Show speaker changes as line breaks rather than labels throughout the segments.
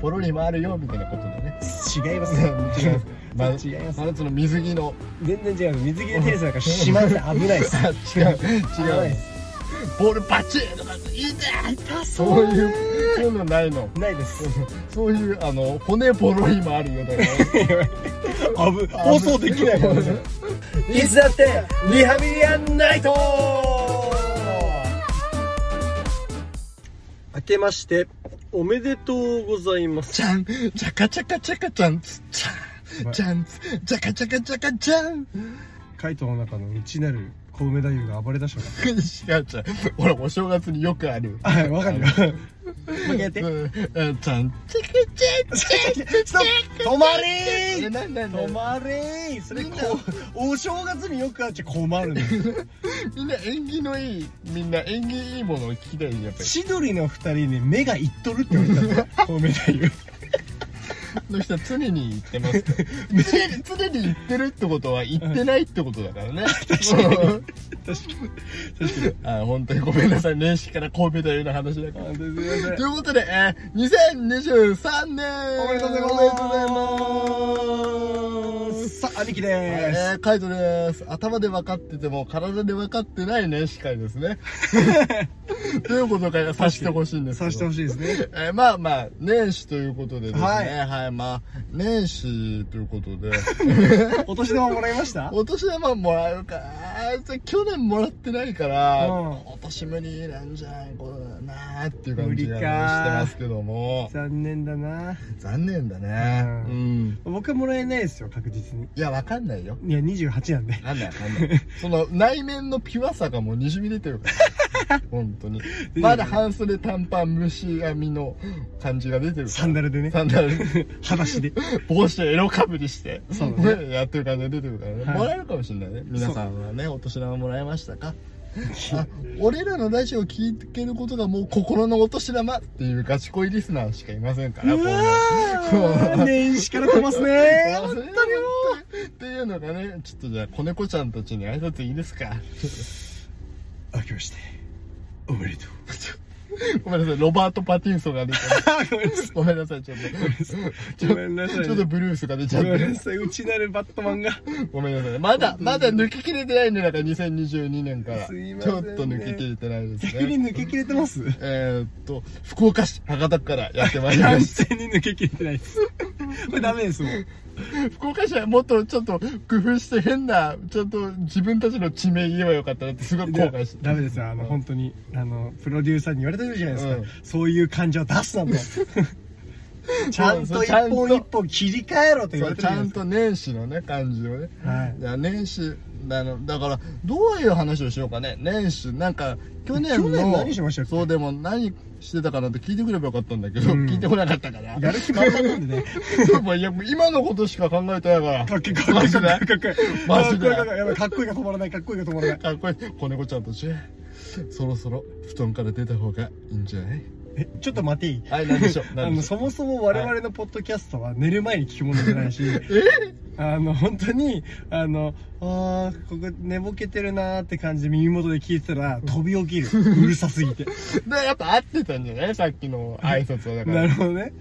ポロリもあるよみたいなことでね
違いますね違い
ま
ます違います
あなたの水着の
全然違う水着のテニスなんかしません危 ないです
あ違う
危ない
違
で
う
す
ボールバチッとか痛い痛
そう
そういうそういうのないの
ないです
そういうあの骨ポロリもあるよだから
あぶ放送できないもんねいつだってリハビリアンナイト明けましておめでとうございます
ちゃん、じゃかちゃかちゃかちゃんつ、ちゃん、
お前
ちゃんつ、じゃかちゃかちゃかちゃん。
海斗の中の内なる小梅太夫が暴れ出し
違う違う。俺、お正月によくある。
たはいわかるよ 負けて
うん、うんちゃん、ちゃかちゃかちゃん。
ストップ止ま
え
れー
ななな
止まれーそれこお正月によくあっちゃ困 るね
みんな縁起のいい、みんな縁起いいものを聞きたいねやっぱ
千鳥の二人に目がいっとるって言われた 小梅太夫
り。の人は常に言ってますから 常に常に言ってるってことは言ってないってことだからね。 確かに。
確かに確かに
あ、本当にごめんなさい。年始から神戸だような話だから。
あ全然
ということで、えー、2023年
おめでとうございます
おめでとうございます
さあ兄貴で
え
ーす、
ー、カイトです。頭で分かってても体で分かってないね、司会です ね。ということから察してほしいんですけど
さしてほしいですね
えー、まあまあ、年始ということでですね、は、
はいい
まあ、年始ということで、
お年玉もらいました
お年玉もらえるか、あいつ去年もらってないから、
うん
今年無理なんじゃん、こうだなっていう感じがね、して
無理か
ますけども。
残念だな
残念だねう、
うんん僕はもらえないですよ確実に
いやわかんないよ
いや28なんで
なんだよわかん ないその内面のピュアさがもうにじみ出てるから 本当に
る
まだ半袖短パン虫網の感じが出てるから
サンダルでね
サンダル
裸足 で
帽子エロかぶりして
そうだ
ね やってる感じが出てるからね、
はい
もらえるかもしれないね皆さんはねお年玉もらえましたかあ俺らのラジオを聞けることがもう心のお年玉っていうガチ恋リスナーしかいませんから
うわ
こう
ー年始から飛ますね
本
本
当
当
にも
にも
うっていうのがねちょっとじゃあ子猫ちゃんたちに挨拶いいですか
う明けましておめでとう
ごめんなさいロバート・パティンソンが出ちゃう
ごめんなさい
ごめんなさいちょっと
ごめんなさい
ちょっとブルースが出ちゃっ
ごめん
て
なさいうちなるバットマンが
ごめんなさいまだまだ抜き切れてないんだから2022年から
すいま
ち
せん
ょっ
ね
と抜き切れてないです
逆に
ね
抜けきれてます
えーっと福岡市博多区からやってまい りま
完
し
全に抜けきれてないですこれダメですもん
た福岡市はもっとちょっと工夫して変なちょっと自分たちの地名言えばよかったなってすごい後悔して
ダメですよあの本当にあのプロデューサーに言われてるじゃないですか、
うん
そういう感情出すなと ちゃんと一本一本切り替えろと言
そ
われ
う
て
ち
るじゃ
ゃ
ない
ん
ですか
と年始のね感じをね
はい
いや年始あのだからどういう話をしようかね年始なんか去年の
去年何しましたっけ
そうでも何してたかなって聞いてくればよかったんだけど、
うん
聞いてこなかったから
やる気満々なん でね
そうもういやもう今のことしか考えてないか
からっけえかっこいいかっこいいかっこいい
マジで
かっこいいかっこいいやばいかっこいいが止まらないかっこいいが止まらない
かっこいい子猫ちゃんたちそろそろ布団から出た方がいいんじゃない
えちょっと待ていい
はい何でしょう
あ
何で
の
しょ
そうもそも我々のポッドキャストは寝る前に聞くものじゃ ないし、あの本当にあのあーここ寝ぼけてるなーって感じで耳元で聞いてたら飛び起きるうるさ すぎて
でやっぱ合ってたんじゃないさっきの挨拶はだか
なる
ら
ほどね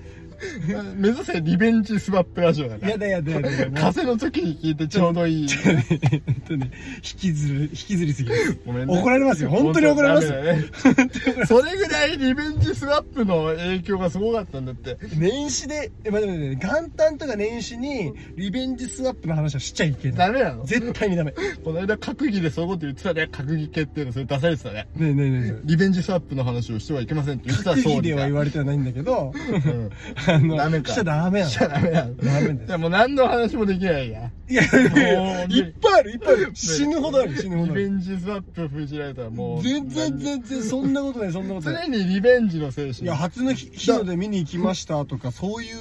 目指せリベンジスワップラジオだから
やだやだやだやだ
風の時に聞いてちょうどいい
本当に引きずる引きずりすぎです
ごめん
怒られますよ本当に怒られますよ
本当にダメだねそれぐらいリベンジスワップの影響がすごかったんだって。
年始でえ待って待って待って元旦とか年始にリベンジスワップの話はしちゃいけない
ダメなの
絶対にダメね
この間、閣議でそういうこと言ってたね。閣議決定のそれ出されてたね。
えねえねえね
リベンジスワップの話をしてはいけませんって
え
言ってた
閣
総
議
理
では
が。
言われてはないんだけど
うん
あ の
ダメか
しちゃダメなの
しちゃダメなの。
ダメです
いやもう何の話もできないや。
いやいや
もう
いやいっぱいあるいっぱいある死ぬほどある死ぬほ
リ
どあ
ベ
る
ンジスワップ封じられたらもう。
全然全然そんなことないそんなことない
常にリベンジの精
い
神。
や初の日日の出見に行きましたとかそういう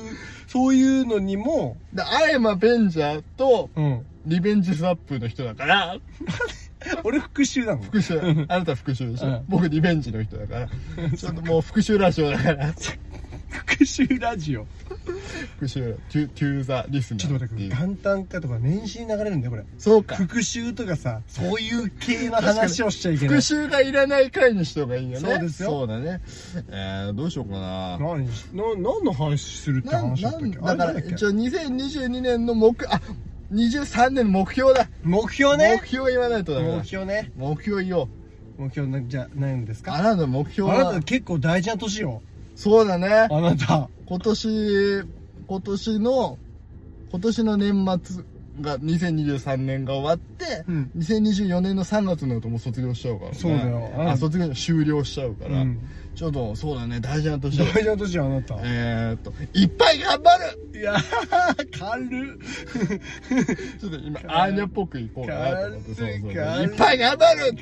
そういうのにも
でアイマ・ベンジャーと
うん
リベンジスワップの人だから、
俺 復讐なの
復讐あなた復讐でしょ、
うん
僕リベンジの人だからちょっともう復讐ラジオだから
復復讐ラジオ
復讐トゥトゥーザリスナー
ちょっと待って
いう
元旦かとか年始に流れるんだよこれ
そうか
復讐とかさそういう系の話をしちゃいけ
復
ない
讐がいらない回にした方がいいよね
そうですよ
そうだねえー、どうしようかな
何しな何の話するって
なん
話だった
な
っ
ん
けあ
だか
れなん
ら
だっけ
一応2022年の目あ23年の目標だ、
目標ね
目標言わないとダメだ
目標ね
目標言おう
目標なじゃ何ですか
あなたの目
あ
標
な
は
た結構大事な年よ
そうだね
あなた
今年今年の今年の年末が2023年が終わって、
うん
2024年の3月になるともう卒業しちゃうから、ね、
そうだよ
あ卒業終了しちゃうから、
うん
ちょっとそうだね大事な年だ
大事な年よあなた
えー、っといっぱい頑張る
いやー軽っ
ちょっと今
軽い
アーニャっぽくいこうかなと思ってそう
軽い
そうそう
軽い
いっぱい頑張る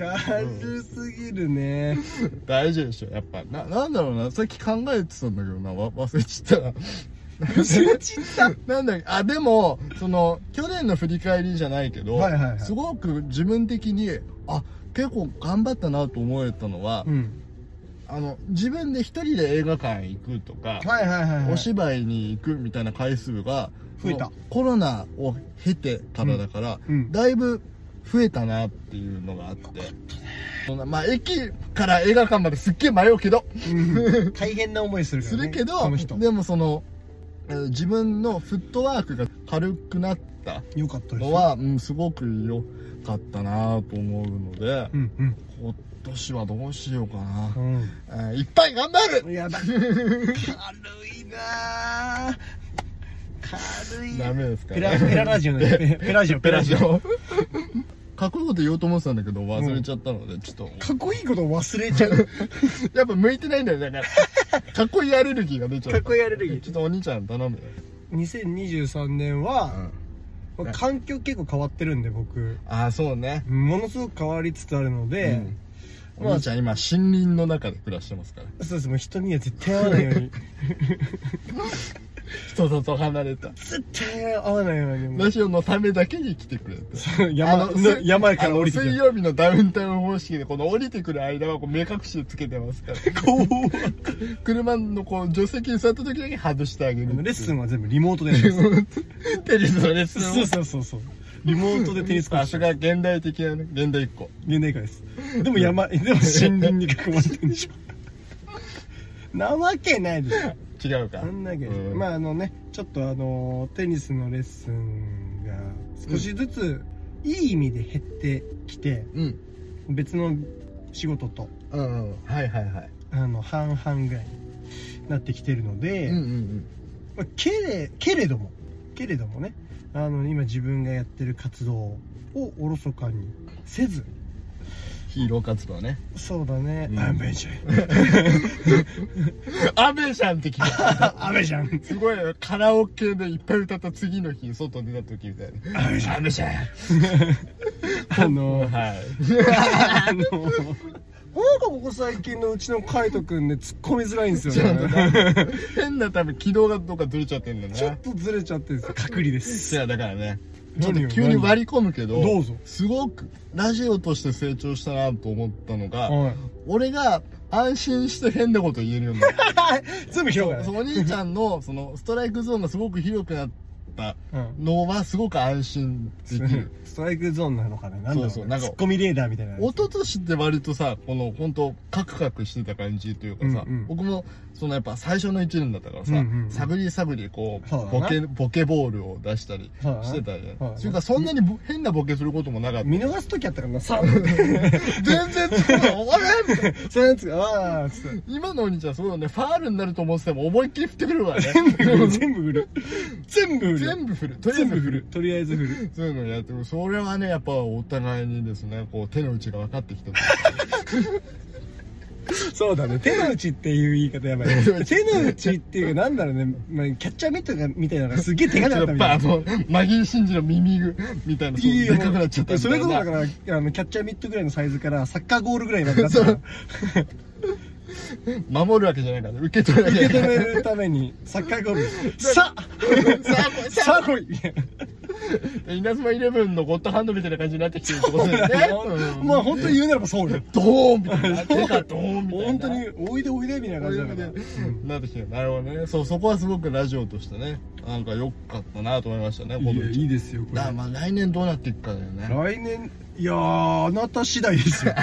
軽すぎるね
大事でしょやっぱななんだろうなさっき考えてたんだけどなわ忘れちゃった
忘れちった
なんだあでもその去年の振り返りじゃないけど、
はいはいはい
すごく自分的にあ結構頑張ったなと思えたのは、
うん
あの自分で一人で映画館行くとか、
はいはいはいはい
お芝居に行くみたいな回数が
増えた
そのコロナを経てからだから、
うんうん
だいぶ増えたなっていうのがあってそんなまあ駅から映画館まですっげえ迷うけど
うん大変な思いするか
す
らね
るけど、
この人
でもそのえー自分のフットワークが軽くなった
よかったです
の
よ
は、うん、すごく良かったなと思うので、
うん
今年はどうしようかな、
うん
えーいっぱい頑張る
うんやだ軽いなー軽い
ダメですか
ペラペララジオね ペペラジオペラジオ
オ かっこいいこと言おうと思ってたんだけど忘れちゃったので、ちょっと
かっこいいことを忘れちゃう
やっぱ向いてないんだよだからかっこいいアレルギーが出ちゃう
かっこいいアレルギー
ちょっとお兄ちゃん頼むよ、
2023年は、まあ環境結構変わってるんで僕
ああそうね、
ものすごく変わりつつあるので、
うん、お兄ちゃん今森林の中で暮らしてますから
そうですもう人には絶対会わないよう に
人里離れた
絶対会わないようにもう
ラジオのためだけに来てくれて
そう山の山から降りて
く
く
る水
る
曜日のダウンタウン方式でこの降りてくる間はこう目隠しつけてますから
こう
車のこう助手席に座った時だけ外してあげる
レッス
ン
ンは全部リモートでやりま す
テニスのレッスン
そうそうそうそうリモートでテニスコー
場
チ
所が現代的なね現代一個
現代化ですでも山でも森林に囲まれてるんでしょなわけないでしょ
違うか
そんなわけない、
うん
まああのねちょっとあのテニスのレッスンが少しずついい意味で減ってきて、
うん
別の仕事と
うんうんはいはいはい
あの半々ぐらいになってきてるので、
うんうん
まあけれけれどもけれどもねあの今自分がやってる活動をおろそかにせず
ヒーロー活動ね
そうだね、
うん
アメじゃ
アベシャンって聞いた
んアメじゃん
すごいよカラオケでいっぱい歌った次の日外出た時みたいな
アメじゃん
アベシャン
あ の
はい
あのなんかここ最近のうちの海斗君ね突っ込みづらいんですよね
変な多分軌道がどっかずれちゃってんだよ
ちょっ
ね
とずれちゃってるんですよ隔離です
いやだからねちょっ
何
と
よ
急に割り込むけど
どうぞ
すごくラジオとして成長したなと思ったのが、
は
俺が安心して変なこと言えるようにな った
い全部広がる
そのお兄ちゃんのそのストライクゾーンがすごく広くなった
うん
のはすごく安心できる
ストライクゾーンなのかななんだろうね
そうそうなんか
ツッコミレーダーみたいな
一昨年って割とさこの本当カクカクしてた感じというかさ、
うんうん
僕もそのやっぱ最初の1年だったからさ、
うんうんうん
探り探りこう
そう
ボ
だな
ケボケボールを出したりしてたじゃん、
そうだな
それからそんなにぼ変なボケすることもなかった
見逃す時あったからなさあ
全然そうだあれみたいな
そうなんつうかああつって
今のお兄ちゃんそうだねファールになると思ってても思いっきり振ってくるわね
全部振る全部振る
全部振るとりあえ
全
ず
部振るとりあえず振る
そういうのやってるそれはねやっぱお互いにですねこう手の内が分かってきた
そうだね手の内っていう言い方やばい 手の内っていうかなんだろうね、まあ、キャッチャーミットがみたいなのがすっげえ手が
ち
な
ょ
か
っと
った
やっ
み
ぱ
た
あ
いな
のマギー・シンジの耳ぐみたいなそう
いい
でっかくなっちゃったみた
そ
いな
れこそだからあのキャッチャーミットぐらいのサイズからサッカーゴールぐらいまでなったから
守るわけじゃないからね受け取るわけ
受
じ
け
ゃ
止
ない
めるためにサッカーゴールさあ
さあ
さあ来いみたいな
稲妻イレブンのゴッドハンドみたいな感じになってきてるってこと だよね。うん
まあ本当に言うならばそうよ。
ドーンみ たいな。手がドーンみたいな。
本当に、おいでおいでみたいな
こう
感
い
じ
う
だ
意
か
味で
ら。
なってきてるなるほどね。そう、そこはすごくラジオとしてね、なんか良かったなと思いましたね、
いやいい
で
ですよ、これ
だか。らまあ来年どうなっていくかだよね。
来年、いやー、あなた次第 ですよ。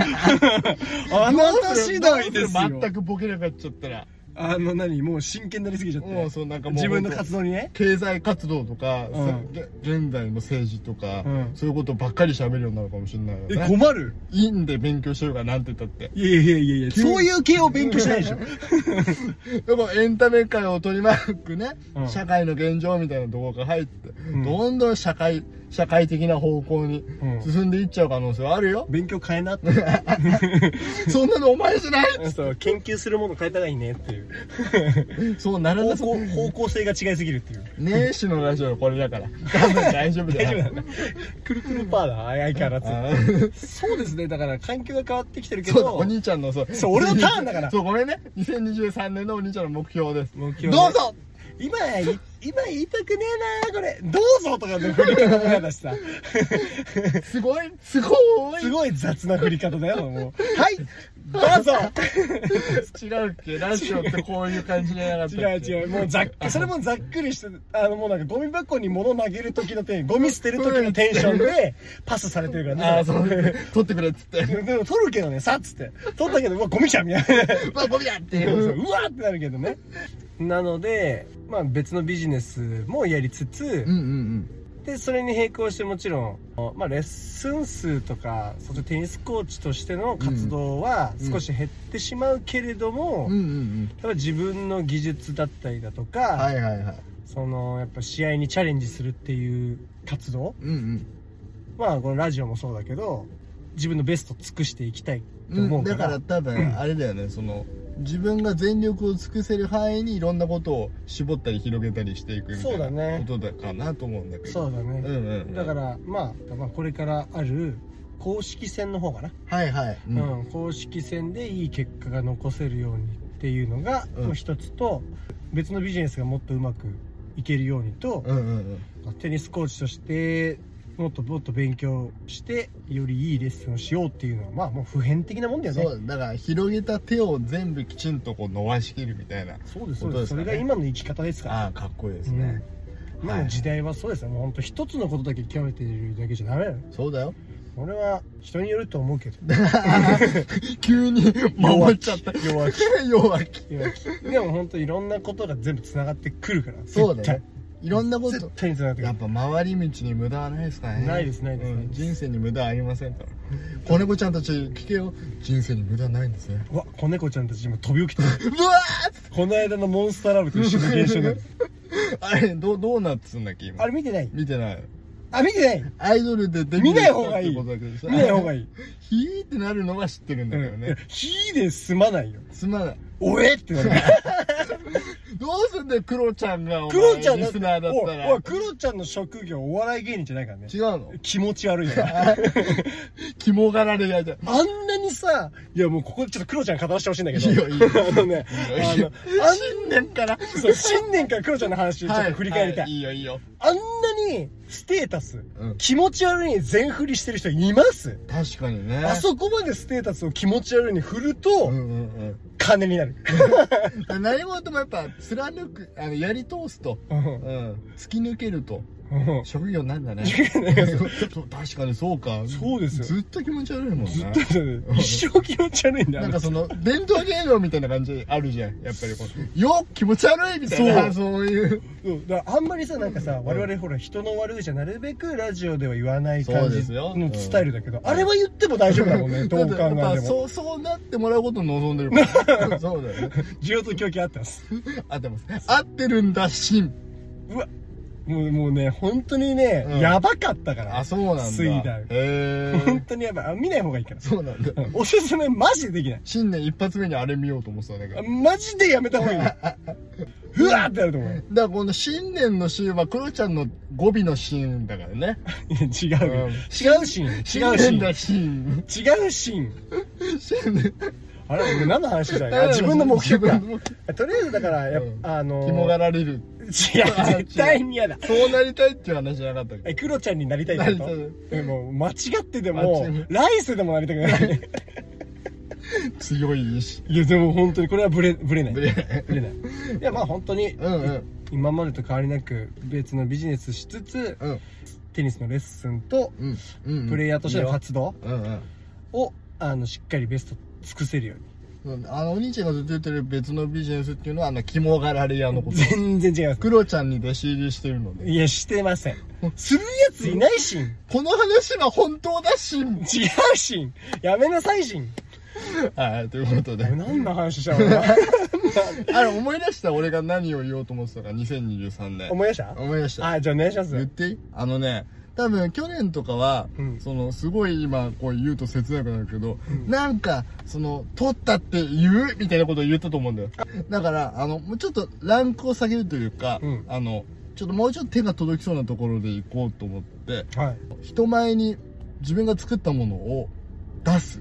あなた次第ですよ。
全くボケなくなっちゃったら。
あの、何もう真剣になりすぎちゃって。
もうそうなんかもう
自分の活動にね。
経済活動とか、
うん
せ現在の政治とか、
うん
そういうことばっかり喋るようになるかもしれないよ
え、
ね。
困る
いいんで勉強しようがなんて言ったって。
いやいやいやいや、
急
そういう系を勉強しないで しょ。
でもエンタメ界を取り巻くね、
うん
社会の現状みたいなところから入って、
ん
どんどん社会、社会的な方向に
うん
進んでいっちゃう可能性はある よ。
勉強変えなって。
そんなのお前じゃない
そう、研究するもの変えたらいいねっていう。
そうなら
方
なそう。
向、方向性が違いすぎるっていう。
年始のラジオこれだから。多分大丈夫だ
大丈
よ
夫なんだ。くるくるパーだ、相変わら
あー
ず。そうですね、だから環境が変わってきてるけ
そうだ、お
ど、
兄ちゃんのそう。
そう俺のターンだから
そう、ごめんね。2023年のお兄ちゃんの目標です。
目標ね
どうぞ
今い、今言いたくねえなこれ。どうぞとかの振り方だし さ。
すごい、すごい
すごい雑な振り方だよ、もう。はいどうぞ
違うっけラジオってこういう感じじゃなかった
違う
っけ
違う、もうざっく、それもざっくりして、あのもうなんかゴミ箱に物投げる時のテン、ゴミ捨てる時のテンションでパスされてるから
ああ、
ね。
そう。撮ってくれっつ って。
でも取るけどね、さっつって。取ったけど、うわ、ゴミじゃんみたい な。
うわ、ゴミだって
そう
いう。
うわーってなるけどね。なので、まあ別のビジネスもやりつつ
うん、うん
で、それに並行してもちろん、まあレッスン数とか、そしてテニスコーチとしての活動は
うん
少し減ってしまうけれども、
うん。うんうん
やっぱ自分の技術だったりだとか、
うん。はいはいはい。
そのやっぱ試合にチャレンジするっていう活動
うんうん。
まあこのラジオもそうだけど自分のベストを尽くしていきたいと
う
思
ん、
うか,、
だからら多分あれだよね、その自分が全力を尽くせる範囲にいろんなことを絞ったり広げたりしていくみた
そうだ
いな
ね
ことだかなと思うんだけど
そうだね、
うんうんうん
だからまあ、まあ、これからある公式戦の方かな、
はいはい、
う
うん
ん公式戦でいい結果が残せるようにっていうのが
うん
もう一つと、別のビジネスがもっとうまくいけるようにと、
うんうん
テニスコーチとしてもっともっと勉強してよりいいレッスンをしようっていうのはまあもう普遍的なもんだ
う
よ
ん、
ね
そうだから広げた手を全部きちんとこう伸ばしきるみたいな
そうで
そ
すそうう
で
ですす、
かね
それが今の生き方ですから
ああかっこいいですね、
うん今の時代はそうですよもう本当一つのことだけ極めてるだけじゃダメだよ
そうだ よ
俺は人によると思 うけど
急に回っちゃった
弱気
弱気
弱気でも本当いろんなことが全部つながってくるから
そう
絶
だよ
対
いろんなこ
絶
と
対につながってく
やっ
る
ぱ回り道に無駄はないですからね
ないですないです
うん人生に無駄はありませんから子猫ちゃんたち聞けよ人生に無駄ないんです ね
うわ子猫ちゃんたち今飛び起きて る
うわ
この間のモンスターラブと一緒の現象にな る
ーあれどうどうなってんだっけ今
あれ見てない
見てない
あ見てない
アイドルでデ
見ない方がいい
したってことだけどさ
見ない方がいい、
ヒーってなるのは知ってるんだけど
うんいや
ね、
火で済まないよ
すまない
おえっ てなる
どうすんだよクロちゃんがお
クロ
前
ちゃん
リ
だ
スナーだったら
おいおいクロちゃんの職業お笑い芸人じゃないからね
違うの
気持ち悪いな
肝がられやじゃん
あんなにさいやもうここでちょっとクロちゃん語らせてほしいんだけど
いいよいいよ
あのねあのあん
新年から
そう新年からクロちゃんの話ちょっと振り返りたい、
はい、いいよいいよ
あんなにステータス、
うん
気持ち悪いに全振りしてる人います
確かにね
あそこまでステータスを気持ち悪いに振ると、
うんうんうん
金になる、
何事もやっぱ貫くあのやり通すと、うん、突き抜けると職業なんだねそう確かにそうか
そうですよ
ずっと気持ち悪いもんね
ずっと 一生気持ち悪いんだよ
なんかその伝統芸能みたいな感じあるじゃんやっぱりこうよっ気持ち悪いみたいなそういう
うんだからあんまりさなんかさ我々ほら人の悪口はなるべくラジオでは言わない
そう
感
で
じ
すよ
のスタイルだけど、あれは言っても大丈夫だもん ねどう考えて
やっぱ
も
そうそうなってもらうことを望んでるからそうだよね
需要と供給あってます
合ってます合ってるんだしん
うわもうもうね本当にね、
うん
やばかったから
あそうなんだ
水
へ
大
え
本当にやばいあ見ない方がいいから、
そうなんだ
うんおすすめマジでできない
新年一発目にあれ見ようと思ってたんだけど
あマジでやめた方がいい うわーってなると思う
だからこの新年のシーンはクロちゃんの語尾のシーンだからね
いや違うよ、
うん
違うシーン違うシ
新年
ーン
だシーン
違うシーン
新年
あれ俺何の話したんやあ自分の目標か
自分の目標
とりあえずだからやっ
うん
ぱあのー
肝がられる
違う絶対に嫌だ
そうなりたいっていう話じゃなかったっけ
えクロちゃんになりたいってこ
なり
とでも間違ってでも
間違
来世でもなりたくない
強い意志
いやでも本当にこれはブレブレない
ブ
ブ
レ
レ
ない
ないいやまあ本当に
うんうん
今までと変わりなく別のビジネスしつつ
うん
テニスのレッスンと
うんうん
プレイヤーとしての活動
うんうん
をあのしっかりベスト尽くせるように
うんあのお兄ちゃんが出てる別のビジネスっていうのはあの肝がられ屋のこと
全然違います
クロちゃんに弟子入りしてるので
いやしてませんするやついないしん違
この話は本当だ し
うしんやめなさいしん
はいということで
何の話したのかな
あれ思い出した俺が何を言おうと思ってたか2023年
思い出した
思い出した
あじゃあお願いしま
言っ
す
ていいあのね多分去年とかは、
うん
そのすごい今こう言うと切なくなるけど、なんかその取ったって言うみたいなことを言ったと思うんだよだからあのもうちょっとランクを下げるというか、
うん
あのちょっともうちょっと手が届きそうなところで行こうと思って
はい
人前に自分が作ったものを出す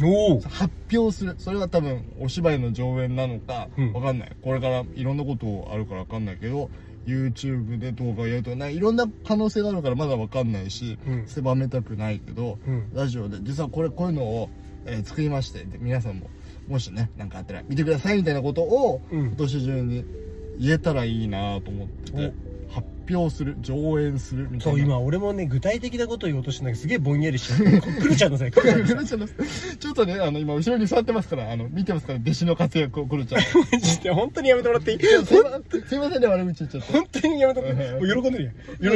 おお
発表するそれは多分お芝居の上演なのか、
うん
わかんないこれからいろんなことあるからわかんないけど YouTube で動画をやるとかないいろんな可能性があるからまだわかんないし、
うん
狭めたくないけど、
うん
ラジオで実はこれこういうのを、えー作りましてで皆さんももしねなんかあったら見てくださいみたいなことを、
うん
今年中に言えたらいいなと思ってて発表する上演するみたい
そう
な
今俺もね具体的なことを言おうとしてんだけどすげえぼんやりしてくるちゃんのせいくるちゃんのせい
ちょっとね、あの、今、後ろに座ってますから、あの、見てますから、弟子の活躍を、これちゃん。す
マジで本当にやめてもらってい い
いませんね、悪口言っちゃって。
本当にやめてもらってもう喜んでるやん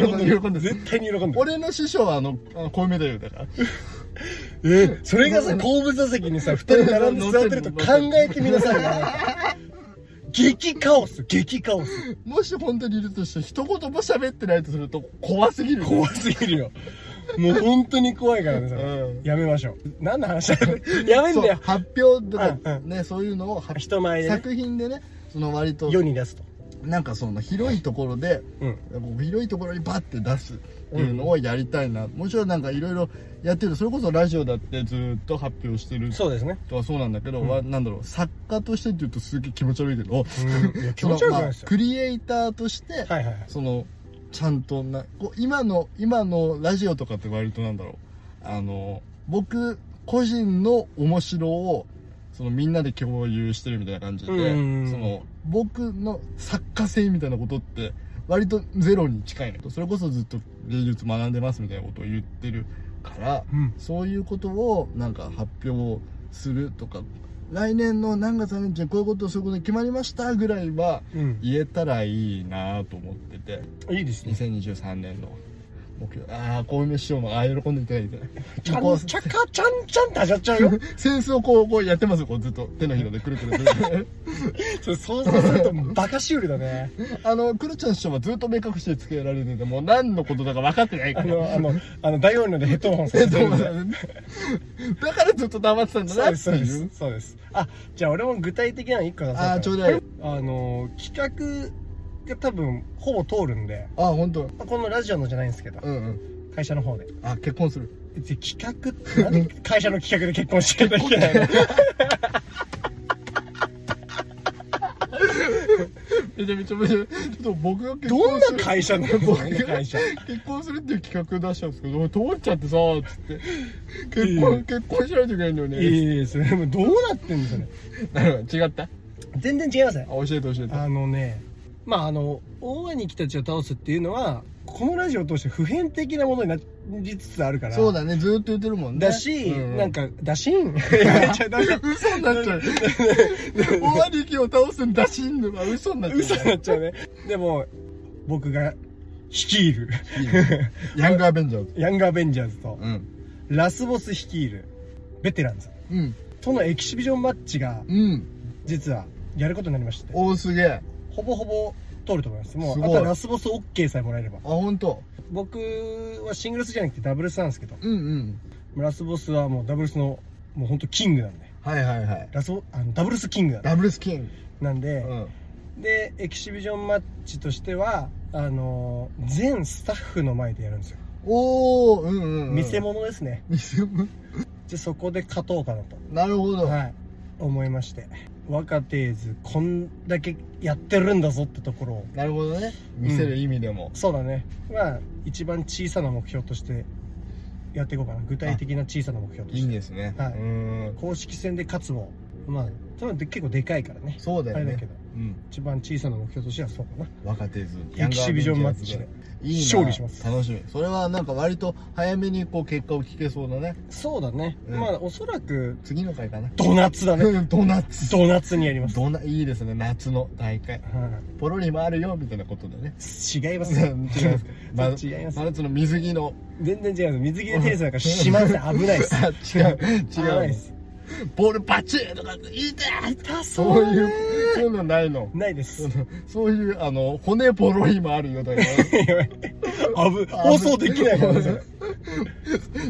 喜んでる
喜んでる
絶対に喜んでる
俺の師匠は、あの、あのコウメ太夫だ から。
えーそれがさ後部座席にさ2人並んで座ってると考えてみなさいよ 激カオス激カオス
もし本当にいるとして、一言も喋ってないとすると、怖すぎる、
怖すぎるよもう本当に怖いからねそれ
うん
やめましょう何の話 だろうやめん
そう
だよ
発表とか、
うんう
ね、そういうのを発
人前でね
作品でね、その割と、
世に出すと
なんかその広いところで、
うん
こう広いところにバッて出すっていうのをやりたいな、もちろんなんかいろいろやってるそれこそラジオだってずーっと発表してる
そうですね
とはそうなんだけど、わなんだろう作家としてって言うとすげえ気持ち悪いけど、
うんいや気持ち悪くないです
そのまあ
よ
クリエイターとして、
はいはいはい
そのちゃんとなこう今の今のラジオとかって割となんだろうあの僕個人の面白をそのみんなで共有してるみたいな感じで、
うん
その僕の作家性みたいなことって割とゼロに近いのそれこそずっと芸術学んでますみたいなことを言ってるから、
うん
そういうことをなんか発表するとか来年の何月何日にこういうことをすることに決まりましたぐらいは
うん
言えたらいいなと思ってて
いいですね
2023年の目標ああ小梅師匠もああ喜んでいただいて
ちゃん
こう
ちゃかちゃんちゃんって始まっちゃうよ
センスをこうこうやってますよこうずっと手のひらでくるくるくるく る
それ想像するとバカシュールだね
あのクロちゃん師匠はずっと目隠してつけられててもう何のことだか分かってない
あ
から
のあ のあの大音量でヘッドホンさせて
そう
る
だ
んで
よねだからずっと黙ってたんだ
そう
な
で
って
すそうで
い
す
う
そうですあじゃあ俺も具体的なの1個出そうかな
ああちょうだい
あの企画が多分ほぼ通るんで
ああ本当
このラジオのじゃないんですけど
うんうん
会社の方で
あ結婚する
で企画ってなんで会社の企画で結婚しなきゃいけないの
めちゃめちゃめちゃめちゃちょっと僕が結
どん
婚
な
する
会社なのどんな会社
結婚するっていう企画出したんですけど俺通っちゃってさーっつって結婚
いい
結婚しないといけないんだよ
い
ね
やいやいやそれもうどうなってんのそれ
なるほど違ったあ
全然違いますね
教えて教えて
あのねまああの大兄貴たちを倒すっていうのはこのラジオを通して普遍的なものになりつつあるから
そうだねずーっと言ってるもんね
だし、
うう
なんかだし んやめちゃダメ
嘘になっちゃう終わり気を倒すんだしんのが嘘になっち
嘘
ゃ
になっちゃうねでも僕が率いる
ういいねヤングアベンジャーズ
ヤングアベンジャーズと
うん
ラスボス率いるベテランズ
うん
とのエキシビジョンマッチが
うん
実はやることになりまして
おおすげえあ
ほぼほぼ通ると思いますも
す
う
ごい
あとはラスボス OK さえもらえれば
本当
僕はシングルスじゃなくてダブルスなんですけど
うんうん
ラスボスはもうダブルスのもうほんとキングなんで
はいはいはい
ラスボあのダブルスキングなんで
ダブルスキン
なんで、
うん
でエキシビジョンマッチとしてはあのー全スタッフの前でやるんですよ、
おおうんうんうん
見せ物ですね
見せ物
でそこで勝とうかなと
なるほど
はい思いまして若手図こんだけやってるんだぞってところを
なるほどね見せる意味でも、
そうだねまあ一番小さな目標としてやっていこうかな具体的な小さな目標と
い
し
い
て
ですね、
はいう
ーん
公式戦で勝つもまあそれはで結構でかいからね
そうだよ
あれだ
ね
けど
うん
一番小さな目標としてはそうかな
若手図
エキシビジョンマッチで
いいな
勝利します
楽しみそれはなんか割と早めにこう結果を聞けそうだね
そうだね、
うん
まあおそらく
次の回かな
ドナツだね
ドナツ
ドナツにやります、
ドナいいですね夏の大会
は
ポロリもあるよみたいなことで ね
い、違います
違います ま
それ違います
真夏の水着の
全然違う水着でテニスなんかしません危ないで す
あ違う
危
違う
ない
の
です
ボールバチーとか言いて
痛そ
そう
う
い
だ
う
ね
そういうのないの
ないです
そのそういうあの骨ポロリもあるよだ から
やばいあぶ放送できないもんねそれ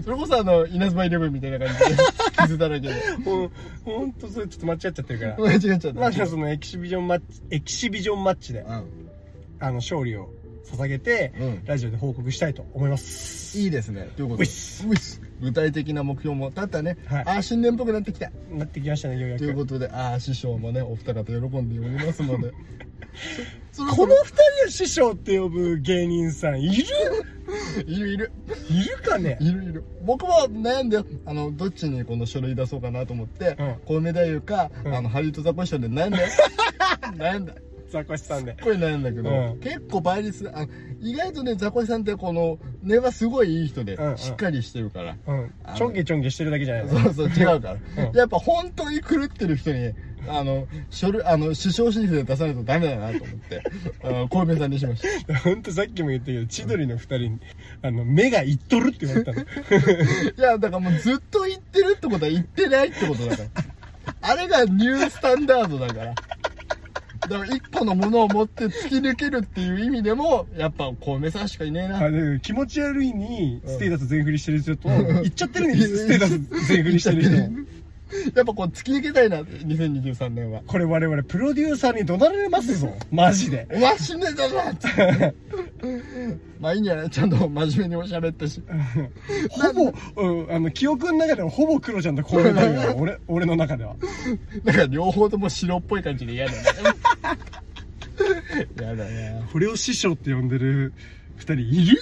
それこそあの稲妻イレブンみたいな感じで傷だら けで
ほんほんとそれちょっと間違っちゃってるから
間違っちゃった、
まあそのエキシビジョンマッチエキシビジョンマッチであ
うん
の勝利を捧げて
うん
ラジオで報告したいと思います
いいですねということで
ういっす
ういっす具体的な目標も立ったね、
はい
ああ新年っぽくなってきた
なってきましたねようや
という
く
ことでああ師匠もねお二方喜んでおりますのでそそろそ
こ
ろ
の二人を師匠って呼ぶ芸人さんい る
いるいる
いるかね
いるいる僕も悩んであのどっちにこの書類出そうかなと思って
うん
小梅太夫か、
うん
あのハリウッドザコシションで悩んだ よ悩んだ
ザコシさんです
っごい悩んだけど、
うん
結構倍率あ意外とねザコシさんってこの根はすごいいい人で、
うんうん
しっかりしてるから、
うん
あの
ちょんげちょんげしてるだけじゃないの
そうそう違うから、
うん
やっぱ本当に狂ってる人にあの書類あの首相申請で出さないとダメだなと思って あの小梅さんにしました
ほんとさっきも言ったけど千鳥の二人にあの目がいっとるって言われ たの
いや、だからもうずっと言ってるってことは言ってないってことだから。あれがニュースタンダードだから。だから一個のものを持って突き抜けるっていう意味でも、やっぱこう目指しかいねえな。
あの気持ち悪いにステータス全振りしてる人と言っちゃってるんですステータス全振りしてる人も
やっぱこう突き抜けたいな、2023年は。
これ我々プロデューサーに怒鳴られますぞマジで
お前死ねえだろつって まあいいんじゃないちゃんと真面目におしゃべったし。
ほぼ、うん、あの記憶の中ではほぼクロちゃんとこういうのよ俺俺の中では
なんか両方とも白っぽい感じで 嫌だね。嫌だね。
これを師匠って呼んでる二人いる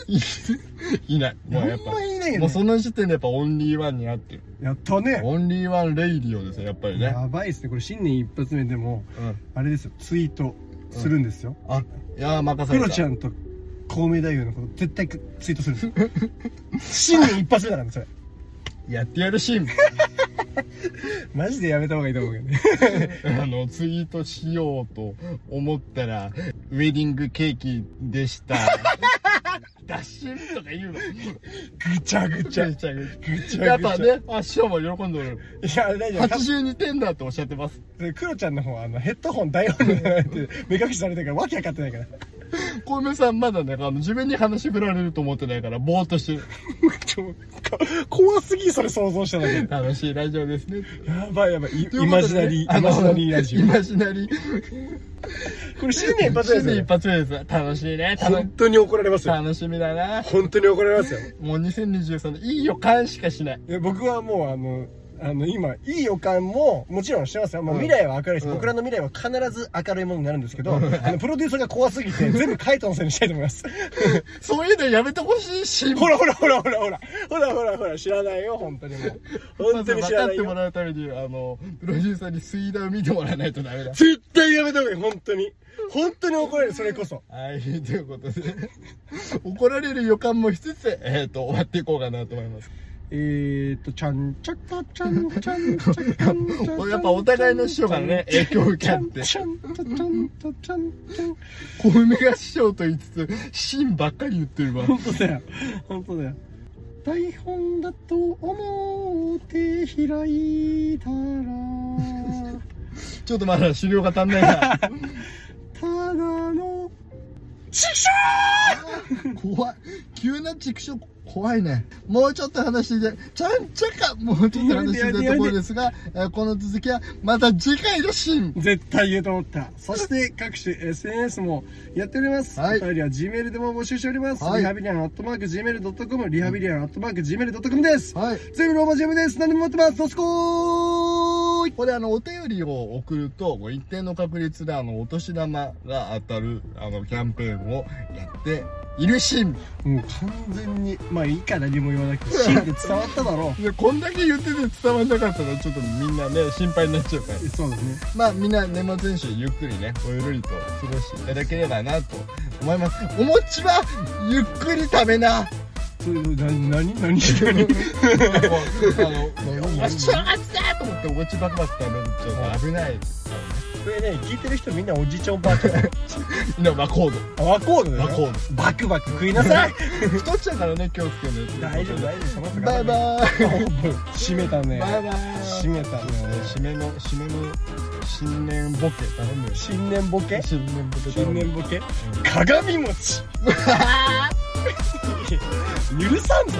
いない。もうやっぱ。
ほんまいないよね
もうその時点でやっぱオンリーワンになってる。
やったね
オンリーワンレイディオですよ、やっぱりね。
やばいっすねこれ新年一発目でも
うん。
あれですよツイートするんですよ、
あ、いやー、任さ
ク
れた。
ロちゃんと孔明太夫のこと絶対ツイートするんですよ新年一発目だからねそれ
やってやるシーン。
マジでやめた方がいいと思うけどね
あの、ツイートしようと思ったら、ウェディングケーキで した。ダッシュとか言うの。
ぐちゃぐ
ぐち
ちゃ
ゃ
ぐ
ぐちゃぐち
ち
ゃ。や
ゃ
っ
ぐちゃ
ぱね、あ、師匠も喜んでおる。
いや大丈夫
82点だっておっしゃってます。
クロちゃんの方はあのヘッドホン大音量で流れて目隠しされてるからわけわかってないから
小梅さんまだね、あの、自分に話振られると思ってないから、ぼーっとしてる。
ちょか怖すぎそれ想像しただけで
楽しいラジオですね。
やばいやばいい
ということでね
イマジナリー
あ
イ
の
マジナリーラジ
イ
オ
マジナリー。
これ新年一発目です
新年
よ
一発目です。楽しいね。楽
本当に怒られますよ
楽しみだな。
本当に怒られますよ
もう2023年、いい予感しかしない。
いや僕はもうあのあの今いい予感ももちろんしてますよ、もう
うん
未来は明るいです、
うん
僕らの未来は必ず明るいものになるんですけど、あのプロデューサーが怖すぎて全部カイトのせいにしたいと思います
そういうのやめてほしいし、
ほらほらほらほらほらほらほらほら知らないよ本当にもう本当に
まず分
知
からっ
ない
ても
よ
らうために、あの、プロデューサーに水田を見てもらわないとダメだ。
絶対やめた方がいい本当に本当に怒られるそれこそ
はい、ということで、怒られる予感もしつつ、えっ、と、終わっていこうかなと思います。
えーっと、ちゃんちゃかちゃんちゃんちゃかちゃんちゃか
やっぱお互いの師匠からね、影響を受
ち
け合
ゃ
っ
ん
て、
ちゃんちゃんちゃんちゃんちゃんちゃん。
小梅が師匠と言いつつ、芯ばっかり言ってるわ。
本当だよ。本当だよ。台本だと思って開いたら、
ちょっとまだ資料が足んないな。
ただの、師匠
怖い急な畜生怖いねもうちょっと話していたちゃんちゃかもうちょっと話していたところですが、えーこの続きはまた次回のシーン
絶対言うと思った。そして各種 SNS もやっております。
はい
お便りは Gmail でも募集しております。
はい
リハビリアンアットマーク Gmail.com、リハビリアンアットマーク Gmail.com です。
はい
全部ローマ字読みです。何でも持ってます。どすこーよーい
これあのお便りを送るとこう一定の確率であのお年玉が当たるあのキャンペーンをやっているしん
もう完全にまあいいか何も言わなくてシーンって伝わっただろ
でこんだけ言ってて伝わんなかったらちょっとみんなね心配になっちゃうから
うそうだね
まあみんな年末年始ゆっくりねおゆるりと過ごしていただければなと思いますお餅はゆっくり食べ な
そういうな何何何
あの
何
お餅は熱だと思ってお餅バクバク食べるちょっと危ない
これね聞いてる人みんなおじいちゃんおばあちゃんだよ
今和コー
あ和光の
和光の
バクバク食いなさい
ド太っちゃうからね気をつけないと
大丈夫大丈夫その後
バイバイ
閉めたね
バイバイ
閉めたね
締めの締めの新年ボケ頼むよ
新年ボケ
新年ボケ頼
新
む
年ボケ鏡 餅許さんぞ